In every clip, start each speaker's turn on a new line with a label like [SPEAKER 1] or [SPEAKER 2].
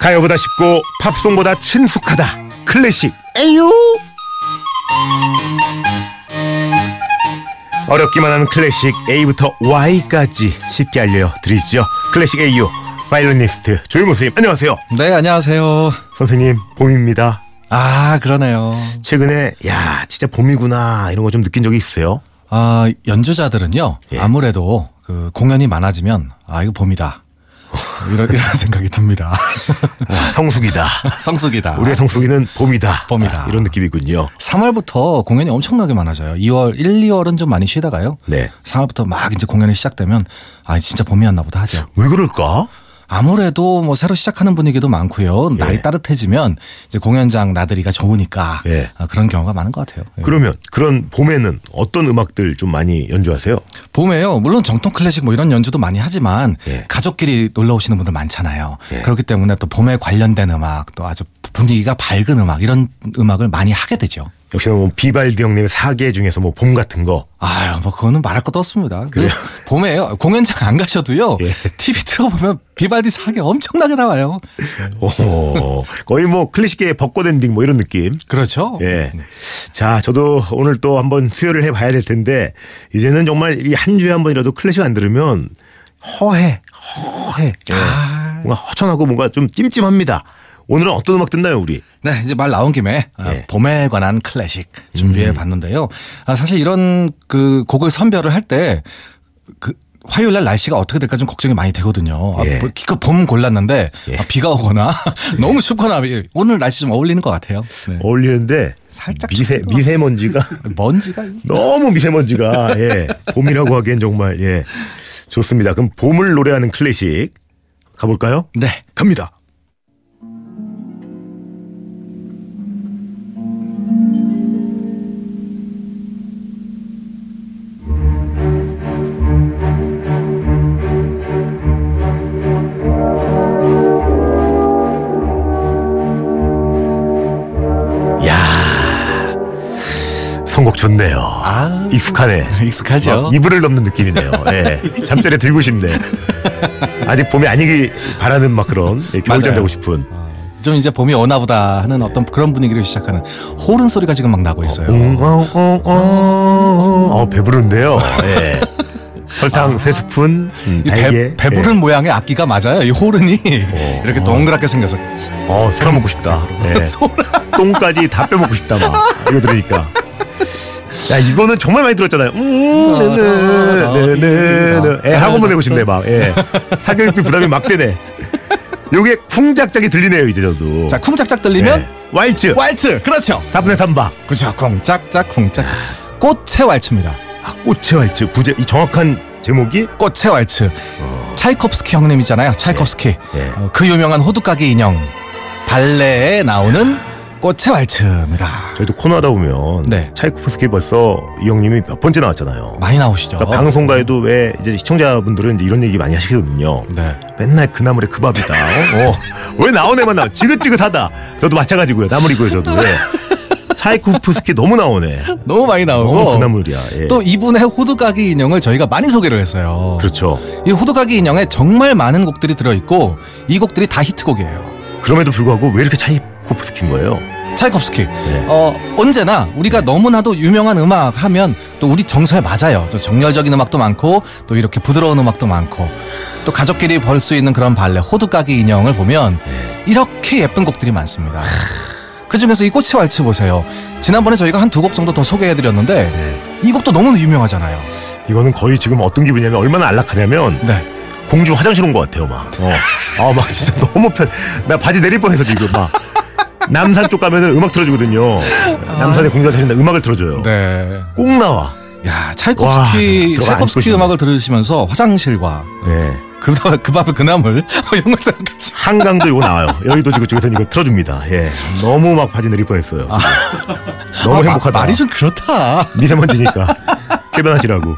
[SPEAKER 1] 가요보다 쉽고 팝송보다 친숙하다 클래식 에유 어렵기만 한 클래식 A부터 Y까지 쉽게 알려드리죠 클래식 AU 바이올리니스트 조윤모 선생님 안녕하세요
[SPEAKER 2] 네, 안녕하세요.
[SPEAKER 1] 선생님 봄입니다
[SPEAKER 2] 아, 그러네요.
[SPEAKER 1] 최근에 야 진짜 봄이구나 이런 거 좀 느낀 적이 있어요
[SPEAKER 2] 아, 연주자들은요.
[SPEAKER 1] 예.
[SPEAKER 2] 아무래도 그 공연이 많아지면 아, 이거 봄이다. 이런 이런 생각이 듭니다.
[SPEAKER 1] 와, 아, 성수기다
[SPEAKER 2] 성수기다.
[SPEAKER 1] 우리의 성수기는 봄이다
[SPEAKER 2] 아. 봄이다.
[SPEAKER 1] 아, 이런 느낌이군요
[SPEAKER 2] 3월부터 공연이 엄청나게 많아져요. 2월, 1, 2월은 좀 많이 쉬다가요.
[SPEAKER 1] 네
[SPEAKER 2] 3월부터 막 이제 공연이 시작되면 아, 진짜 봄이었나 보다 하죠.
[SPEAKER 1] 왜 그럴까?
[SPEAKER 2] 아무래도 뭐 새로 시작하는 분위기도 많고요.
[SPEAKER 1] 예.
[SPEAKER 2] 날이 따뜻해지면 이제 공연장 나들이가 좋으니까
[SPEAKER 1] 예.
[SPEAKER 2] 아, 그런 경우가 많은 것 같아요. 예.
[SPEAKER 1] 그러면 그런 봄에는 어떤 음악들 좀 많이 연주하세요?
[SPEAKER 2] 봄에요. 물론 정통 클래식 뭐 이런 연주도 많이 하지만
[SPEAKER 1] 예.
[SPEAKER 2] 가족끼리 놀러 오시는 분들 많잖아요.
[SPEAKER 1] 예.
[SPEAKER 2] 그렇기 때문에 또 봄에 관련된 음악 또 아주 분위기가 밝은 음악 이런 음악을 많이 하게 되죠.
[SPEAKER 1] 역시나 뭐 비발디 형님의 사계 중에서 뭐 봄 같은 거.
[SPEAKER 2] 아유, 뭐 그거는 말할 것도 없습니다. 그
[SPEAKER 1] 그래요?
[SPEAKER 2] 봄에요. 공연장 안 가셔도요.
[SPEAKER 1] 예.
[SPEAKER 2] TV 틀어보면 비발디 사계 엄청나게 나와요.
[SPEAKER 1] 오, 거의 뭐 클래식계의 벚꽃 엔딩 뭐 이런 느낌.
[SPEAKER 2] 그렇죠?
[SPEAKER 1] 예. 자, 저도 오늘 또 한번 수요를 해봐야 될 텐데 이제는 정말 이 한 주에 한 번이라도 클래식 안 들으면
[SPEAKER 2] 허해. 허해.
[SPEAKER 1] 예.
[SPEAKER 2] 아.
[SPEAKER 1] 뭔가 허전하고 뭔가 좀 찜찜합니다. 오늘은 어떤 음악 듣나요, 우리?
[SPEAKER 2] 네, 이제 말 나온 김에 아,
[SPEAKER 1] 예. 음.
[SPEAKER 2] 봄에 관한 클래식 준비해 봤는데요. 아, 사실 이런 그 곡을 선별을 할 때 그 화요일 날 날씨가 어떻게 될까 좀 걱정이 많이 되거든요. 아,
[SPEAKER 1] 예.
[SPEAKER 2] 뭐 기껏 봄 골랐는데
[SPEAKER 1] 예.
[SPEAKER 2] 아, 비가 오거나 너무 춥거나 예, 오늘 날씨 좀 어울리는 것 같아요. 네.
[SPEAKER 1] 어울리는데
[SPEAKER 2] 살짝
[SPEAKER 1] 미세,
[SPEAKER 2] 춥다.
[SPEAKER 1] 미세먼지가
[SPEAKER 2] 먼지가
[SPEAKER 1] 너무 미세먼지가 예 봄이라고 하기엔 정말 예 좋습니다. 그럼 봄을 노래하는 클래식 가볼까요?
[SPEAKER 2] 네.
[SPEAKER 1] 갑니다. 야, 선곡 좋네요.
[SPEAKER 2] 아.
[SPEAKER 1] 익숙하네.
[SPEAKER 2] 익숙하죠.
[SPEAKER 1] 막 어, 이불을 넘는 느낌이네요. 예. 잠자리에 들고 싶네. 아직 봄이 아니길 바라는 막 그런 예, 겨울잠
[SPEAKER 2] 맞아요.
[SPEAKER 1] 자고 싶은.
[SPEAKER 2] 좀 이제 봄이 오나 보다 하는 어떤 그런 분위기를 시작하는 호른 소리가 지금 막 나고 있어요.
[SPEAKER 1] 음, 어, 어, 어, 어, 배부른데요. 예. 설탕 세 스푼, 음,
[SPEAKER 2] 이
[SPEAKER 1] 달걀. 어.
[SPEAKER 2] 배, 배부른 모양의 악기가 맞아요. 이 호른이 이렇게 동그랗게 생겨서
[SPEAKER 1] 예. 어, 살아먹고 싶다. 예. 똥까지 다 빼먹고 싶다, 막. 이거 들으니까. 야, 이거는 정말 많이 들었잖아요. 음, 네,
[SPEAKER 2] 아,
[SPEAKER 1] 네, 네, 네, 네. 예, 학원만 내고 싶네, 막. 예. 사교육비 부담이 막 되네. 요게 쿵짝짝이 들리네요, 이제 저도.
[SPEAKER 2] 자, 쿵짝짝 들리면
[SPEAKER 1] 예. 왈츠.
[SPEAKER 2] 왈츠. 그렇죠.
[SPEAKER 1] 4분의 3박.
[SPEAKER 2] 그렇죠. 쿵짝짝 쿵짝짝. 꽃의 왈츠입니다.
[SPEAKER 1] 아, 꽃의 왈츠. 부제, 이 정확한 제목이
[SPEAKER 2] 꽃의 왈츠. 차이콥스키 형님이잖아요. 차이콥스키.
[SPEAKER 1] 어. 예.
[SPEAKER 2] 어, 그 유명한 호두까기 인형 발레에 나오는 꽃의 왈츠입니다.
[SPEAKER 1] 저희도 코너 하다 보면
[SPEAKER 2] 네.
[SPEAKER 1] 차이코프스키 벌써 이 형님이 몇 번째 나왔잖아요.
[SPEAKER 2] 많이 나오시죠.
[SPEAKER 1] 그러니까 방송가에도 왜 이제 시청자분들은 이제 이런 얘기 많이 하시거든요.
[SPEAKER 2] 네.
[SPEAKER 1] 맨날 그 나물에 그 밥이다. 어? 어. 왜 나온 애만 나와? 지긋지긋하다. 저도 마찬가지고요. 나물이고요, 저도. 예. 차이코프스키 너무 나오네.
[SPEAKER 2] 너무 많이 나오고
[SPEAKER 1] 너무 그 나물이야. 예.
[SPEAKER 2] 어, 또 이분의 호두까기 인형을 저희가 많이 소개를 했어요.
[SPEAKER 1] 그렇죠.
[SPEAKER 2] 이 호두까기 인형에 정말 많은 곡들이 들어있고 이 곡들이 다 히트곡이에요.
[SPEAKER 1] 그럼에도 불구하고 왜 이렇게 차이코프스키인 거예요?
[SPEAKER 2] 차이콥스키.
[SPEAKER 1] 네.
[SPEAKER 2] 어, 언제나 우리가 너무나도 유명한 음악 하면 또 우리 정서에 맞아요. 좀 정열적인 음악도 많고 또 이렇게 부드러운 음악도 많고 또 가족끼리 벌 수 있는 그런 발레 호두까기 인형을 보면
[SPEAKER 1] 예,
[SPEAKER 2] 이렇게 예쁜 곡들이 많습니다. 그 중에서 이 꽃의 왈츠 보세요. 지난번에 저희가 한 두 곡 정도 더 소개해드렸는데
[SPEAKER 1] 네.
[SPEAKER 2] 이 곡도 너무 유명하잖아요.
[SPEAKER 1] 이거는 거의 지금 어떤 기분이냐면 얼마나 안락하냐면
[SPEAKER 2] 네.
[SPEAKER 1] 공주 화장실 온 것 같아요, 막. 어. 아, 막 진짜 너무 편. 나 바지 내릴 뻔해서 지금 막. 남산 쪽 가면은 음악 틀어주거든요. 남산에 공주가 자신다 음악을 틀어줘요.
[SPEAKER 2] 네.
[SPEAKER 1] 꼭 나와.
[SPEAKER 2] 야
[SPEAKER 1] 와,
[SPEAKER 2] 차이콥스키
[SPEAKER 1] 들어가 앉고
[SPEAKER 2] 차이콥스키
[SPEAKER 1] 싶네.
[SPEAKER 2] 음악을 들으시면서 화장실과
[SPEAKER 1] 예.
[SPEAKER 2] 그다음 그 밥에 그나물 이런 걸 생각하시면
[SPEAKER 1] 한강도 이거 나와요. 여의도 지구 쪽에서는 이거 틀어줍니다. 예. 너무 막 바지 내릴 뻔했어요. 지금. 너무
[SPEAKER 2] 아, 마-
[SPEAKER 1] 행복하다.
[SPEAKER 2] 말이 좀 그렇다.
[SPEAKER 1] 미세먼지니까 쾌변하시라고.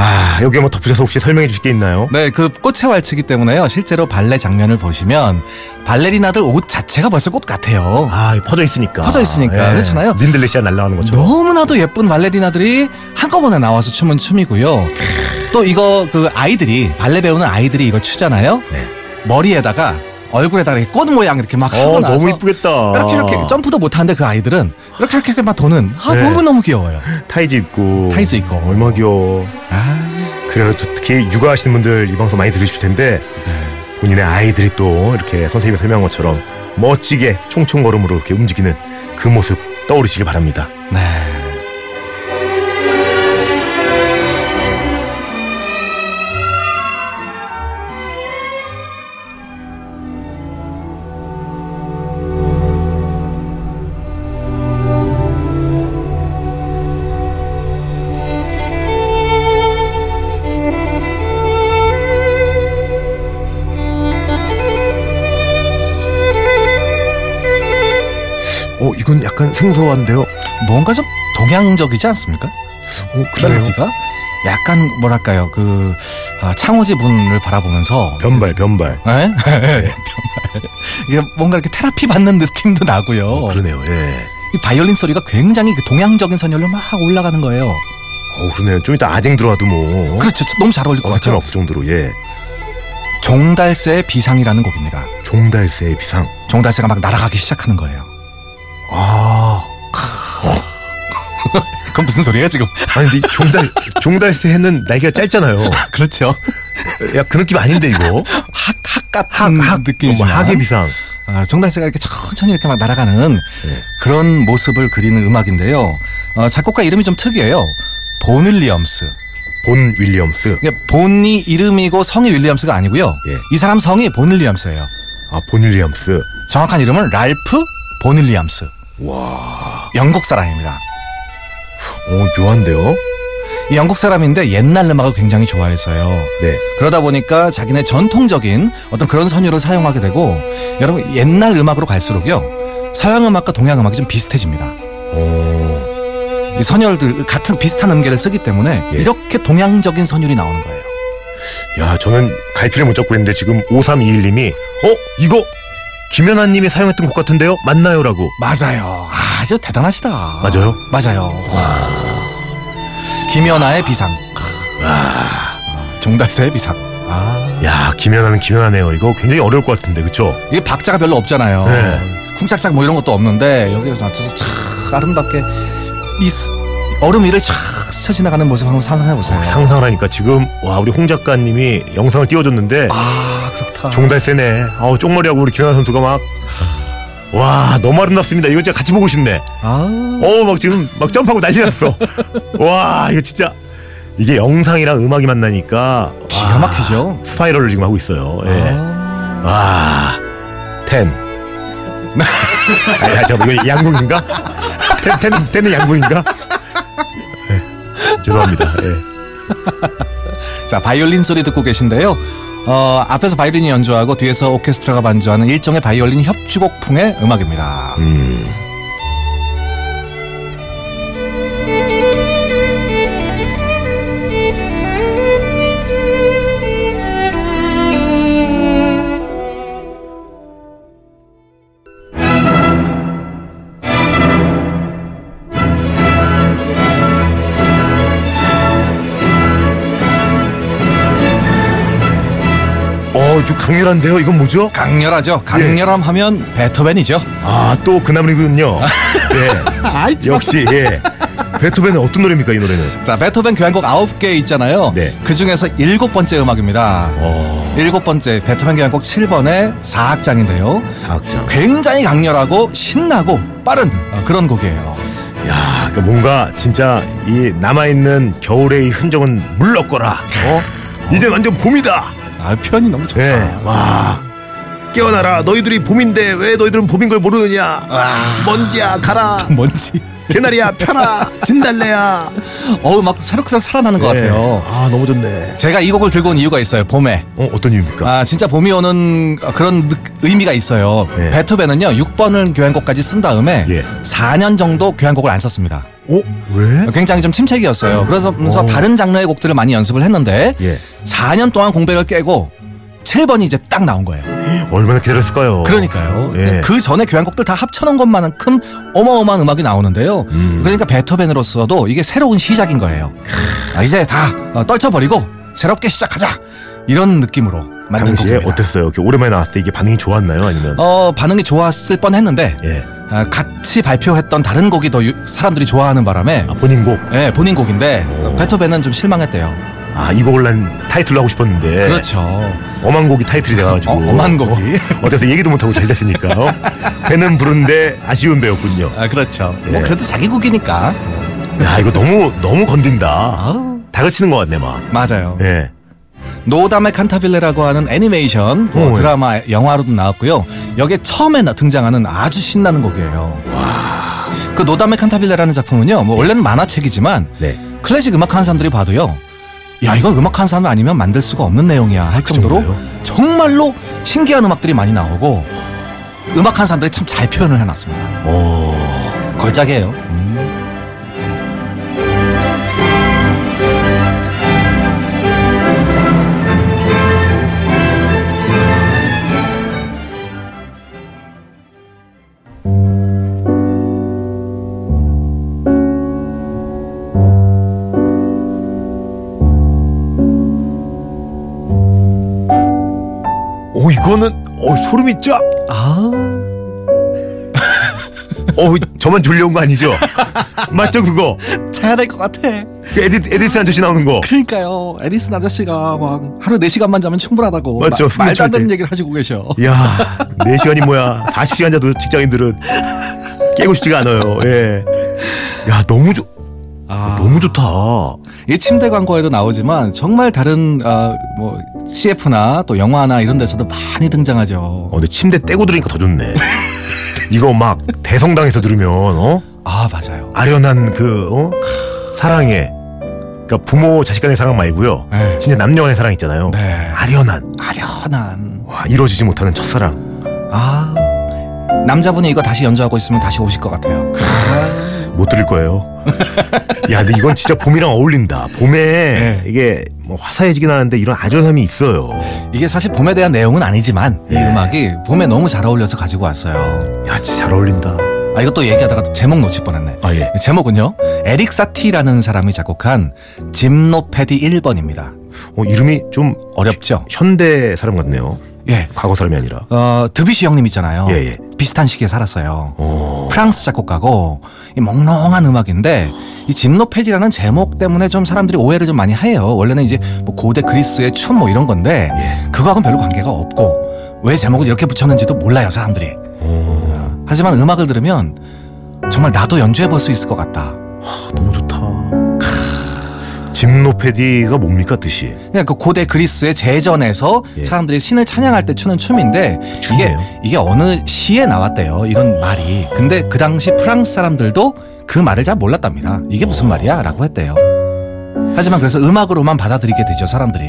[SPEAKER 1] 아, 여기에 뭐 덧붙여서 혹시 설명해 주실 게 있나요?
[SPEAKER 2] 네, 그 꽃의 왈츠기 때문에요. 실제로 발레 장면을 보시면 발레리나들 옷 자체가 벌써 꽃 같아요.
[SPEAKER 1] 아, 퍼져 있으니까. 예.
[SPEAKER 2] 퍼져 있으니까. 그렇잖아요.
[SPEAKER 1] 린들레시아 날라가는 것처럼.
[SPEAKER 2] 너무나도 예쁜 발레리나들이 한꺼번에 나와서 춤은 춤이고요. 또 이거 그 아이들이 발레 배우는 아이들이 이걸 추잖아요.
[SPEAKER 1] 네.
[SPEAKER 2] 머리에다가 얼굴에다가 이렇게 꽃 모양 이렇게 막 하고
[SPEAKER 1] 어,
[SPEAKER 2] 나서
[SPEAKER 1] 너무 이쁘겠다.
[SPEAKER 2] 이렇게 이렇게 점프도 못하는데 그 아이들은 이렇게 이렇게 막 도는 아
[SPEAKER 1] 네.
[SPEAKER 2] 너무 너무 귀여워요.
[SPEAKER 1] 타이즈 입고 어,
[SPEAKER 2] 타이즈 입고.
[SPEAKER 1] 얼마 귀여워.
[SPEAKER 2] 아,
[SPEAKER 1] 그래요. 또 특히 육아하시는 분들 이 방송 많이 들으실 텐데 본인의 아이들이 또 이렇게 선생님이 설명한 것처럼 멋지게 총총 걸음으로 이렇게 움직이는 그 모습 떠오르시길 바랍니다.
[SPEAKER 2] 네.
[SPEAKER 1] 어, 이건 약간 생소한데요.
[SPEAKER 2] 뭔가 좀 동양적이지 않습니까?
[SPEAKER 1] 어,
[SPEAKER 2] 멜로디가 약간 뭐랄까요 그 아, 창호지 분을 바라보면서
[SPEAKER 1] 변발, 변발.
[SPEAKER 2] 예? 변말. 이게 뭔가 이렇게 테라피 받는 느낌도 나고요.
[SPEAKER 1] 어, 그러네요. 예.
[SPEAKER 2] 이 바이올린 소리가 굉장히 그 동양적인 선율로 막 올라가는 거예요.
[SPEAKER 1] 어, 그러네요. 좀 이따 아댕 들어와도 뭐.
[SPEAKER 2] 그렇죠. 너무 잘 어울릴 것
[SPEAKER 1] 어, 상관
[SPEAKER 2] 같죠.
[SPEAKER 1] 없을 정도로 예.
[SPEAKER 2] 종달새의 비상이라는 곡입니다.
[SPEAKER 1] 종달새의 비상.
[SPEAKER 2] 종달새가 막 날아가기 시작하는 거예요.
[SPEAKER 1] 아.
[SPEAKER 2] 그건 무슨 소리예요 지금?
[SPEAKER 1] 아니 근데 이 종달 종달새는 날개가 짧잖아요.
[SPEAKER 2] 그렇죠.
[SPEAKER 1] 야 그 느낌 아닌데 이거.
[SPEAKER 2] 학, 학뭐 같은 느낌이지만
[SPEAKER 1] 어머, 학의 뭐, 비상.
[SPEAKER 2] 아, 정달새가 이렇게 천천히 이렇게 막 날아가는
[SPEAKER 1] 네.
[SPEAKER 2] 그런 모습을 그리는 음악인데요. 어, 작곡가 이름이 좀 특이해요. 본 윌리엄스.
[SPEAKER 1] 본 윌리엄스.
[SPEAKER 2] 이게 본이 이름이고 성이 윌리엄스가 아니고요.
[SPEAKER 1] 예.
[SPEAKER 2] 이 사람 성이 본 윌리엄스예요.
[SPEAKER 1] 아본 윌리엄스.
[SPEAKER 2] 정확한 이름은 랄프 본 윌리엄스.
[SPEAKER 1] 와.
[SPEAKER 2] 영국 사람입니다.
[SPEAKER 1] 어 묘한데요.
[SPEAKER 2] 이 영국 사람인데 옛날 음악을 굉장히 좋아했어요.
[SPEAKER 1] 네.
[SPEAKER 2] 그러다 보니까 자기네 전통적인 어떤 그런 선율을 사용하게 되고 여러분 옛날 음악으로 갈수록요. 서양 음악과 동양 음악이 좀 비슷해집니다.
[SPEAKER 1] 어.
[SPEAKER 2] 이 선율들 같은 비슷한 음계를 쓰기 때문에
[SPEAKER 1] 예.
[SPEAKER 2] 이렇게 동양적인 선율이 나오는 거예요.
[SPEAKER 1] 야 저는 갈피를 못 잡고 있는데 지금 5321님이 어 이거 김연아님이 사용했던 곡 같은데요? 맞나요?라고.
[SPEAKER 2] 맞아요. 아주 대단하시다.
[SPEAKER 1] 맞아요?
[SPEAKER 2] 맞아요. 김연아의 비상. 종달새의 비상. 아.
[SPEAKER 1] 야 김연아는 김연아네요. 이거 굉장히 어려울 것 같은데 그쵸?
[SPEAKER 2] 이게 박자가 별로 없잖아요.
[SPEAKER 1] 네.
[SPEAKER 2] 쿵짝짝 뭐 이런 것도 없는데 여기에서 앉혀서 착 아름답게 이 스- 얼음 위를 착 스쳐 지나가는 모습 한번 상상해 보세요.
[SPEAKER 1] 상상을 하니까 지금 와 우리 홍 작가님이 영상을 띄워줬는데
[SPEAKER 2] 아 그렇다.
[SPEAKER 1] 종달새네. 아우 쪽머리하고 우리 김연아 선수가 막. 와 너무 아름답습니다. 이거 진짜 같이 보고 싶네.
[SPEAKER 2] 아.
[SPEAKER 1] 어우 막 지금 막 점프하고 난리 났어. 와 이거 진짜 이게 영상이랑 음악이 만나니까
[SPEAKER 2] 기가 막히죠.
[SPEAKER 1] 스파이럴을 지금 하고 있어요. 예.
[SPEAKER 2] 아.
[SPEAKER 1] 와 텐. 아야 잠깐 이거 양궁인가? 텐 텐은 텐은 양궁인가? 예. 죄송합니다. 예.
[SPEAKER 2] 자 바이올린 소리 듣고 계신데요. 어, 앞에서 바이올린이 연주하고 뒤에서 오케스트라가 반주하는 일종의 바이올린 협주곡풍의 음악입니다.
[SPEAKER 1] 음. 어, 좀 강렬한데요. 이건 뭐죠?
[SPEAKER 2] 강렬하죠. 강렬함 하면 베토벤이죠.
[SPEAKER 1] 아 또 그나물이군요. 예.
[SPEAKER 2] 아이
[SPEAKER 1] 역시 예. 베토벤은 어떤 노래입니까 이 노래는?
[SPEAKER 2] 자 베토벤 교향곡 9개 있잖아요.
[SPEAKER 1] 네.
[SPEAKER 2] 그 중에서 일곱 번째 음악입니다.
[SPEAKER 1] 어.
[SPEAKER 2] 일곱 번째 베토벤 교향곡 7번의 4악장인데요.
[SPEAKER 1] 사악장.
[SPEAKER 2] 굉장히 강렬하고 신나고 빠른 어, 그런 곡이에요.
[SPEAKER 1] 야, 그러니까 뭔가 진짜 이 남아 있는 겨울의 이 흔적은 물렀거라. 어? 이제 완전 봄이다.
[SPEAKER 2] 아 표현이 너무 좋다.
[SPEAKER 1] 예. 와. 깨어나라. 너희들이 봄인데 왜 너희들은 봄인 걸 모르느냐? 아. 먼지야 가라.
[SPEAKER 2] 뭔지
[SPEAKER 1] 개나리야 펴라. 진달래야.
[SPEAKER 2] 어우 막 새록새록 살아나는 것 같아요.
[SPEAKER 1] 네. 아 너무 좋네.
[SPEAKER 2] 제가 이 곡을 들고 온 이유가 있어요. 봄에.
[SPEAKER 1] 어 어떤 이유입니까?
[SPEAKER 2] 아 진짜 봄이 오는 그런 느- 의미가 있어요.
[SPEAKER 1] 예.
[SPEAKER 2] 베토벤은요 6번을 교향곡까지 쓴 다음에
[SPEAKER 1] 예.
[SPEAKER 2] 4년 정도 교향곡을 안 썼습니다.
[SPEAKER 1] 어 왜?
[SPEAKER 2] 굉장히 좀 침체기였어요. 그래서
[SPEAKER 1] 오.
[SPEAKER 2] 다른 장르의 곡들을 많이 연습을 했는데
[SPEAKER 1] 예.
[SPEAKER 2] 4년 동안 공백을 깨고 7번이 이제 딱 나온 거예요.
[SPEAKER 1] 얼마나 기다렸을까요?
[SPEAKER 2] 그러니까요.
[SPEAKER 1] 어. 예.
[SPEAKER 2] 그 전에 교향곡들 다 합쳐놓은 것만큼 어마어마한 음악이 나오는데요.
[SPEAKER 1] 음.
[SPEAKER 2] 그러니까 베토벤으로서도 이게 새로운 시작인 거예요. 아, 이제 다 어, 떨쳐버리고 새롭게 시작하자 이런 느낌으로 만든
[SPEAKER 1] 당시에
[SPEAKER 2] 곡입니다.
[SPEAKER 1] 어땠어요? 이렇게 오랜만에 나왔을 때 이게 반응이 좋았나요? 아니면
[SPEAKER 2] 어 반응이 좋았을 뻔했는데
[SPEAKER 1] 예
[SPEAKER 2] 아, 같이 발표했던 다른 곡이 더 유- 사람들이 좋아하는 바람에
[SPEAKER 1] 아, 본인 곡 아
[SPEAKER 2] 예, 본인 곡인데
[SPEAKER 1] 오.
[SPEAKER 2] 베토벤은 좀 실망했대요.
[SPEAKER 1] 아, 이곡을 난 타이틀로 하고 싶었는데
[SPEAKER 2] 그렇죠.
[SPEAKER 1] 엄한 곡이 타이틀이 돼가지고
[SPEAKER 2] 어, 엄한 곡이.
[SPEAKER 1] 네. 어, 어때서 얘기도 못하고 잘 됐으니까 어? 배는 부른데 아쉬운 배였군요.
[SPEAKER 2] 아 그렇죠.
[SPEAKER 1] 예.
[SPEAKER 2] 뭐 그래도 자기 곡이니까.
[SPEAKER 1] 야 이거 너무 너무 건든다.
[SPEAKER 2] 아우
[SPEAKER 1] 다그치는 것 같네 막.
[SPEAKER 2] 맞아요.
[SPEAKER 1] 예.
[SPEAKER 2] 노담의 칸타빌레라고 하는 애니메이션 뭐
[SPEAKER 1] 오, 예.
[SPEAKER 2] 드라마 영화로도 나왔고요. 여기에 처음에 나- 등장하는 아주 신나는 곡이에요. 그 노담의 칸타빌레라는 작품은요. 뭐 원래는 만화책이지만
[SPEAKER 1] 네.
[SPEAKER 2] 클래식 음악하는 사람들이 봐도요. 야 이거 음악하는 사람 아니면 만들 수가 없는 내용이야 할그 정도로
[SPEAKER 1] 정도예요?
[SPEAKER 2] 정말로 신기한 음악들이 많이 나오고 음악하는 사람들이 참 잘 표현을 해놨습니다.
[SPEAKER 1] 오.
[SPEAKER 2] 걸작이에요.
[SPEAKER 1] 오 이거는 오 소름이 쫙.
[SPEAKER 2] 아
[SPEAKER 1] 오 어, 저만 졸려온 거 아니죠? 맞죠 그거?
[SPEAKER 2] 자야 될 것 같아.
[SPEAKER 1] 그 에디 에디슨 아저씨 나오는 거.
[SPEAKER 2] 그러니까요. 에디슨 아저씨가 막 하루 4시간만 자면 충분하다고
[SPEAKER 1] 맞죠,
[SPEAKER 2] 마- 말도 안
[SPEAKER 1] 승용차한테.
[SPEAKER 2] 되는 얘기를 하시고 계셔.
[SPEAKER 1] 야, 4시간이 뭐야. 40시간 자도 직장인들은 깨고 싶지가 않아요. 예. 야, 너무 좋,
[SPEAKER 2] 뭐
[SPEAKER 1] 너무 좋다.
[SPEAKER 2] 아,
[SPEAKER 1] 어,
[SPEAKER 2] 이 침대 광고에도 나오지만 정말 다른 아, 뭐 CF나 또 영화나 이런 데서도 많이 등장하죠.
[SPEAKER 1] 어, 근데 침대 떼고 들으니까 더 좋네. 이거 막 대성당에서 들으면, 어?
[SPEAKER 2] 아 맞아요.
[SPEAKER 1] 아련한 그, 어? 사랑에. 그러니까 부모, 자식 간의 사랑 말고요.
[SPEAKER 2] 네.
[SPEAKER 1] 진짜 남녀 간의 사랑 있잖아요.
[SPEAKER 2] 네.
[SPEAKER 1] 아련한.
[SPEAKER 2] 아련한.
[SPEAKER 1] 와, 이루어지지 못하는 첫사랑.
[SPEAKER 2] 아 남자분이 이거 다시 연주하고 있으면 다시 오실 것 같아요.
[SPEAKER 1] 못 들을 거예요. 야, 근데 이건 진짜 봄이랑 어울린다. 봄에
[SPEAKER 2] 네.
[SPEAKER 1] 이게 뭐 화사해지긴 하는데 이런 아련함이 있어요.
[SPEAKER 2] 이게 사실 봄에 대한 내용은 아니지만 이
[SPEAKER 1] 예.
[SPEAKER 2] 음악이 봄에 너무 잘 어울려서 가지고 왔어요.
[SPEAKER 1] 야, 진짜 잘 어울린다.
[SPEAKER 2] 아 이것도 얘기하다가 또 제목 놓칠 뻔했네.
[SPEAKER 1] 아, 예.
[SPEAKER 2] 제목은요 에릭 사티라는 사람이 작곡한 짐노패디 1번입니다.
[SPEAKER 1] 어, 이름이 좀
[SPEAKER 2] 어렵죠?
[SPEAKER 1] 현대 사람 같네요.
[SPEAKER 2] 예.
[SPEAKER 1] 과거 사람이 아니라.
[SPEAKER 2] 어 드뷔시 형님 있잖아요.
[SPEAKER 1] 예, 예.
[SPEAKER 2] 비슷한 시기에 살았어요.
[SPEAKER 1] 어.
[SPEAKER 2] 프랑스 작곡가고 이 몽롱한 음악인데 이 짐노패디라는 제목 때문에 좀 사람들이 오해를 좀 많이 해요. 원래는 이제 뭐 고대 그리스의 춤 뭐 이런 건데
[SPEAKER 1] 예.
[SPEAKER 2] 그거하고는 별로 관계가 없고 왜 제목을 이렇게 붙였는지도 몰라요 사람들이.
[SPEAKER 1] 어.
[SPEAKER 2] 하지만 음악을 들으면 정말 나도 연주해 볼 수 있을 것 같다.
[SPEAKER 1] 아, 너무 좋다. 짐노패디가 뭡니까 뜻이?
[SPEAKER 2] 그냥 그 고대 그리스의 제전에서
[SPEAKER 1] 예.
[SPEAKER 2] 사람들이 신을 찬양할 때 추는 춤인데 이게
[SPEAKER 1] 춤이에요?
[SPEAKER 2] 이게 어느 시에 나왔대요 이런 말이 근데 그 당시 프랑스 사람들도 그 말을 잘 몰랐답니다 이게 무슨
[SPEAKER 1] 어.
[SPEAKER 2] 말이야라고 했대요 하지만 그래서 음악으로만 받아들이게 되죠 사람들이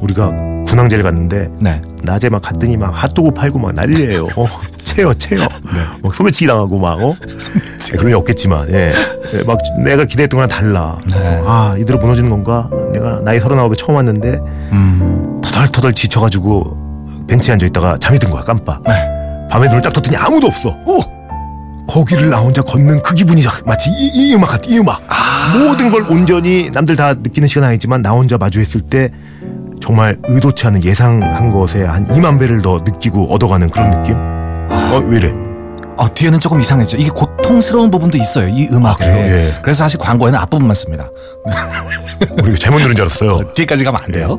[SPEAKER 1] 우리가 군항제를 갔는데
[SPEAKER 2] 네
[SPEAKER 1] 낮에 막 갔더니 막 핫도그 팔고 막 난리예요. 어, 채요, 채요. 막 네. 소매치기 당하고 막 어. 예, 그런 일 없겠지만, 예. 예, 막 내가 기대했던 거랑 달라.
[SPEAKER 2] 네.
[SPEAKER 1] 아, 이대로 무너지는 건가? 내가 나이 서른아홉에 처음 왔는데
[SPEAKER 2] 음.
[SPEAKER 1] 터덜터덜 지쳐가지고 벤치에 앉아 있다가 잠이 든 거야 깜빡. 밤에 눈을 딱 떴더니 아무도 없어. 네. 오! 거기를 나 혼자 걷는 그 기분이 막- 마치 이, 이 음악 같아 이 음악. 모든 걸 온전히 남들 다 느끼는 시간 아니지만 나 혼자 마주했을 때 정말 의도치 않은 예상한 것에 한 2만 배를 더 느끼고 얻어가는 그런 느낌. 어 왜래?
[SPEAKER 2] 어, 뒤에는 조금 이상했죠 이게 고통스러운 부분도 있어요 이 음악에
[SPEAKER 1] 그래요? 예.
[SPEAKER 2] 그래서 사실 광고에는 앞부분만 씁니다
[SPEAKER 1] 우리가 잘못 들은 줄 알았어요.
[SPEAKER 2] 뒤까지 가면 안 돼요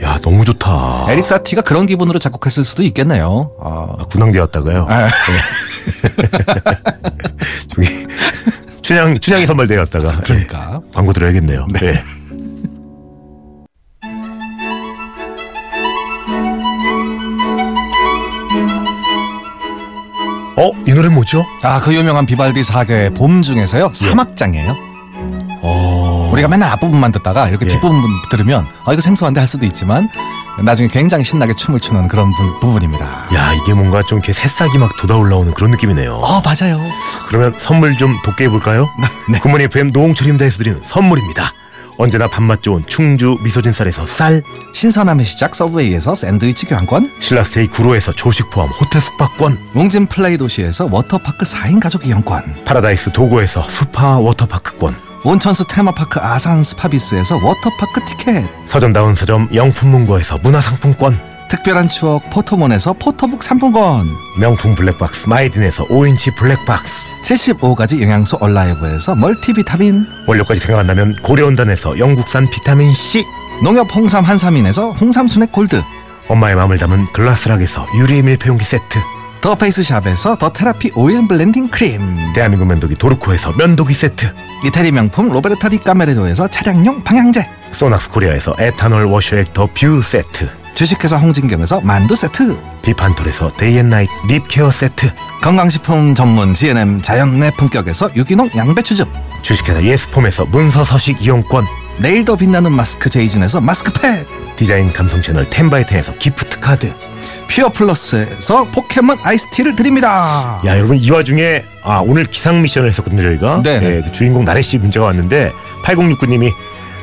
[SPEAKER 1] 예. 야 너무 좋다.
[SPEAKER 2] 에릭 사티가 그런 기분으로 작곡했을 수도 있겠네요
[SPEAKER 1] 아, 네. 군항제 왔다가요.
[SPEAKER 2] 아.
[SPEAKER 1] 저기 춘향 춘향이 선발대회 갔다가
[SPEAKER 2] 그러니까
[SPEAKER 1] 예, 광고 들어야겠네요. 네. 어, 이 노래 뭐죠?
[SPEAKER 2] 아 그 유명한 비발디 사계의 봄
[SPEAKER 1] 예.
[SPEAKER 2] 중에서요 사막장이에요
[SPEAKER 1] 어,
[SPEAKER 2] 우리가 맨날 앞부분만 듣다가 이렇게
[SPEAKER 1] 예.
[SPEAKER 2] 뒷부분 들으면 아 이거 생소한데 할 수도 있지만 나중에 굉장히 신나게 춤을 추는 그런 부, 분입니다
[SPEAKER 1] 야, 이게 뭔가 좀 이렇게 새싹이 막 돋아 올라오는 그런 느낌이네요.
[SPEAKER 2] 어 맞아요.
[SPEAKER 1] 그러면 선물 좀 돋게 해볼까요?
[SPEAKER 2] 네.
[SPEAKER 1] 구몬 FM 노홍철입니다 해서 드리는 선물입니다. 언제나 밥맛 좋은 충주 미소진 쌀에서 쌀,
[SPEAKER 2] 신선함의 시작 서브웨이에서 샌드위치 교환권,
[SPEAKER 1] 신라스테이 구로에서 조식 포함 호텔 숙박권,
[SPEAKER 2] 웅진 플레이 도시에서 워터파크 4인 가족 이용권,
[SPEAKER 1] 파라다이스 도고에서 스파 워터파크권,
[SPEAKER 2] 온천스 테마파크 아산 스파비스에서 워터파크 티켓
[SPEAKER 1] 서점다운 서점 영품문고에서 문화상품권
[SPEAKER 2] 특별한 추억 포토몬에서 포토북 상품권
[SPEAKER 1] 명품 블랙박스 마이딘에서 5인치 블랙박스
[SPEAKER 2] 75가지 영양소 얼라이브에서 멀티비타민
[SPEAKER 1] 원료까지 생각한다면 고려온단에서 영국산 비타민C
[SPEAKER 2] 농협 홍삼 한삼인에서 홍삼 순액 골드
[SPEAKER 1] 엄마의 마음을 담은 글라스락에서 유리 밀폐용기 세트
[SPEAKER 2] 더 페이스샵에서 더 테라피 오일 블렌딩 크림
[SPEAKER 1] 대한민국 면도기 도르코에서 면도기 세트
[SPEAKER 2] 이태리 명품 로베르타 디 까메레도에서 차량용 방향제
[SPEAKER 1] 소낙스 코리아에서 에탄올 워셔액 더 뷰 세트
[SPEAKER 2] 주식회사 홍진경에서 만두 세트
[SPEAKER 1] 비판톨에서 데이앤나잇 립케어 세트
[SPEAKER 2] 건강식품 전문 GNM 자연내 품격에서 유기농 양배추즙
[SPEAKER 1] 주식회사 예스폼에서 문서 서식 이용권
[SPEAKER 2] 내일 더 빛나는 마스크 제이진에서 마스크팩
[SPEAKER 1] 디자인 감성 채널 텐바이텐에서 기프트 카드
[SPEAKER 2] 퓨어 플러스에서 포켓몬 아이스티를 드립니다
[SPEAKER 1] 야 여러분 이 와중에 아 오늘 기상 미션을 했었거든요 저희가
[SPEAKER 2] 네네.
[SPEAKER 1] 그 주인공 나래씨 문자가 왔는데 8069님이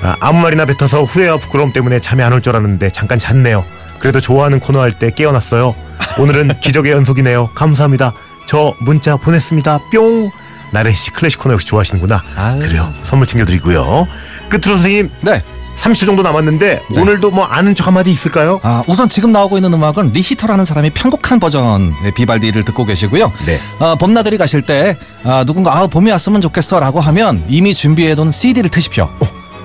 [SPEAKER 1] 아, 무 말이나 뱉어서 후회와 부끄러움 때문에 잠이 안 올 줄 알았는데 잠깐 잤네요 그래도 좋아하는 코너 할 때 깨어났어요 오늘은 기적의 연속이네요 감사합니다 저 문자 보냈습니다 뿅 나래씨 클래식 코너 역시 좋아하시는구나
[SPEAKER 2] 아유.
[SPEAKER 1] 그래요 선물 챙겨드리고요 끝으로 선생님
[SPEAKER 2] 네
[SPEAKER 1] 30초 정도 남았는데
[SPEAKER 2] 네.
[SPEAKER 1] 오늘도 뭐 아는 척 한마디 있을까요?
[SPEAKER 2] 아, 우선 지금 나오고 있는 음악은 리히터라는 사람이 편곡한 버전의 비발디를 듣고 계시고요.
[SPEAKER 1] 네.
[SPEAKER 2] 아, 봄나들이 가실 때 아, 누군가 아, 봄이 왔으면 좋겠어 라고 하면 이미 준비해둔 CD를 트십시오.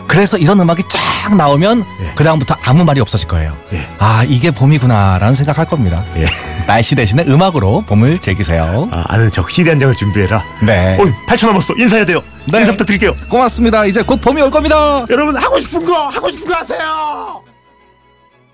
[SPEAKER 2] 그래서 이런 음악이 쫙 나오면
[SPEAKER 1] 예.
[SPEAKER 2] 그다음부터 아무 말이 없어질 거예요.
[SPEAKER 1] 예.
[SPEAKER 2] 아 이게 봄이구나라는 생각할 겁니다.
[SPEAKER 1] 예.
[SPEAKER 2] 날씨 대신에 음악으로 봄을 즐기세요.
[SPEAKER 1] 아, 아는 척 CD 한 장을 준비해라
[SPEAKER 2] 네.
[SPEAKER 1] 어이 8초 남았어 인사해야 돼요
[SPEAKER 2] 네.
[SPEAKER 1] 인사 부탁드릴게요
[SPEAKER 2] 고맙습니다. 이제 곧 봄이 올 겁니다.
[SPEAKER 1] 여러분 하고 싶은 거 하고 싶은 거 하세요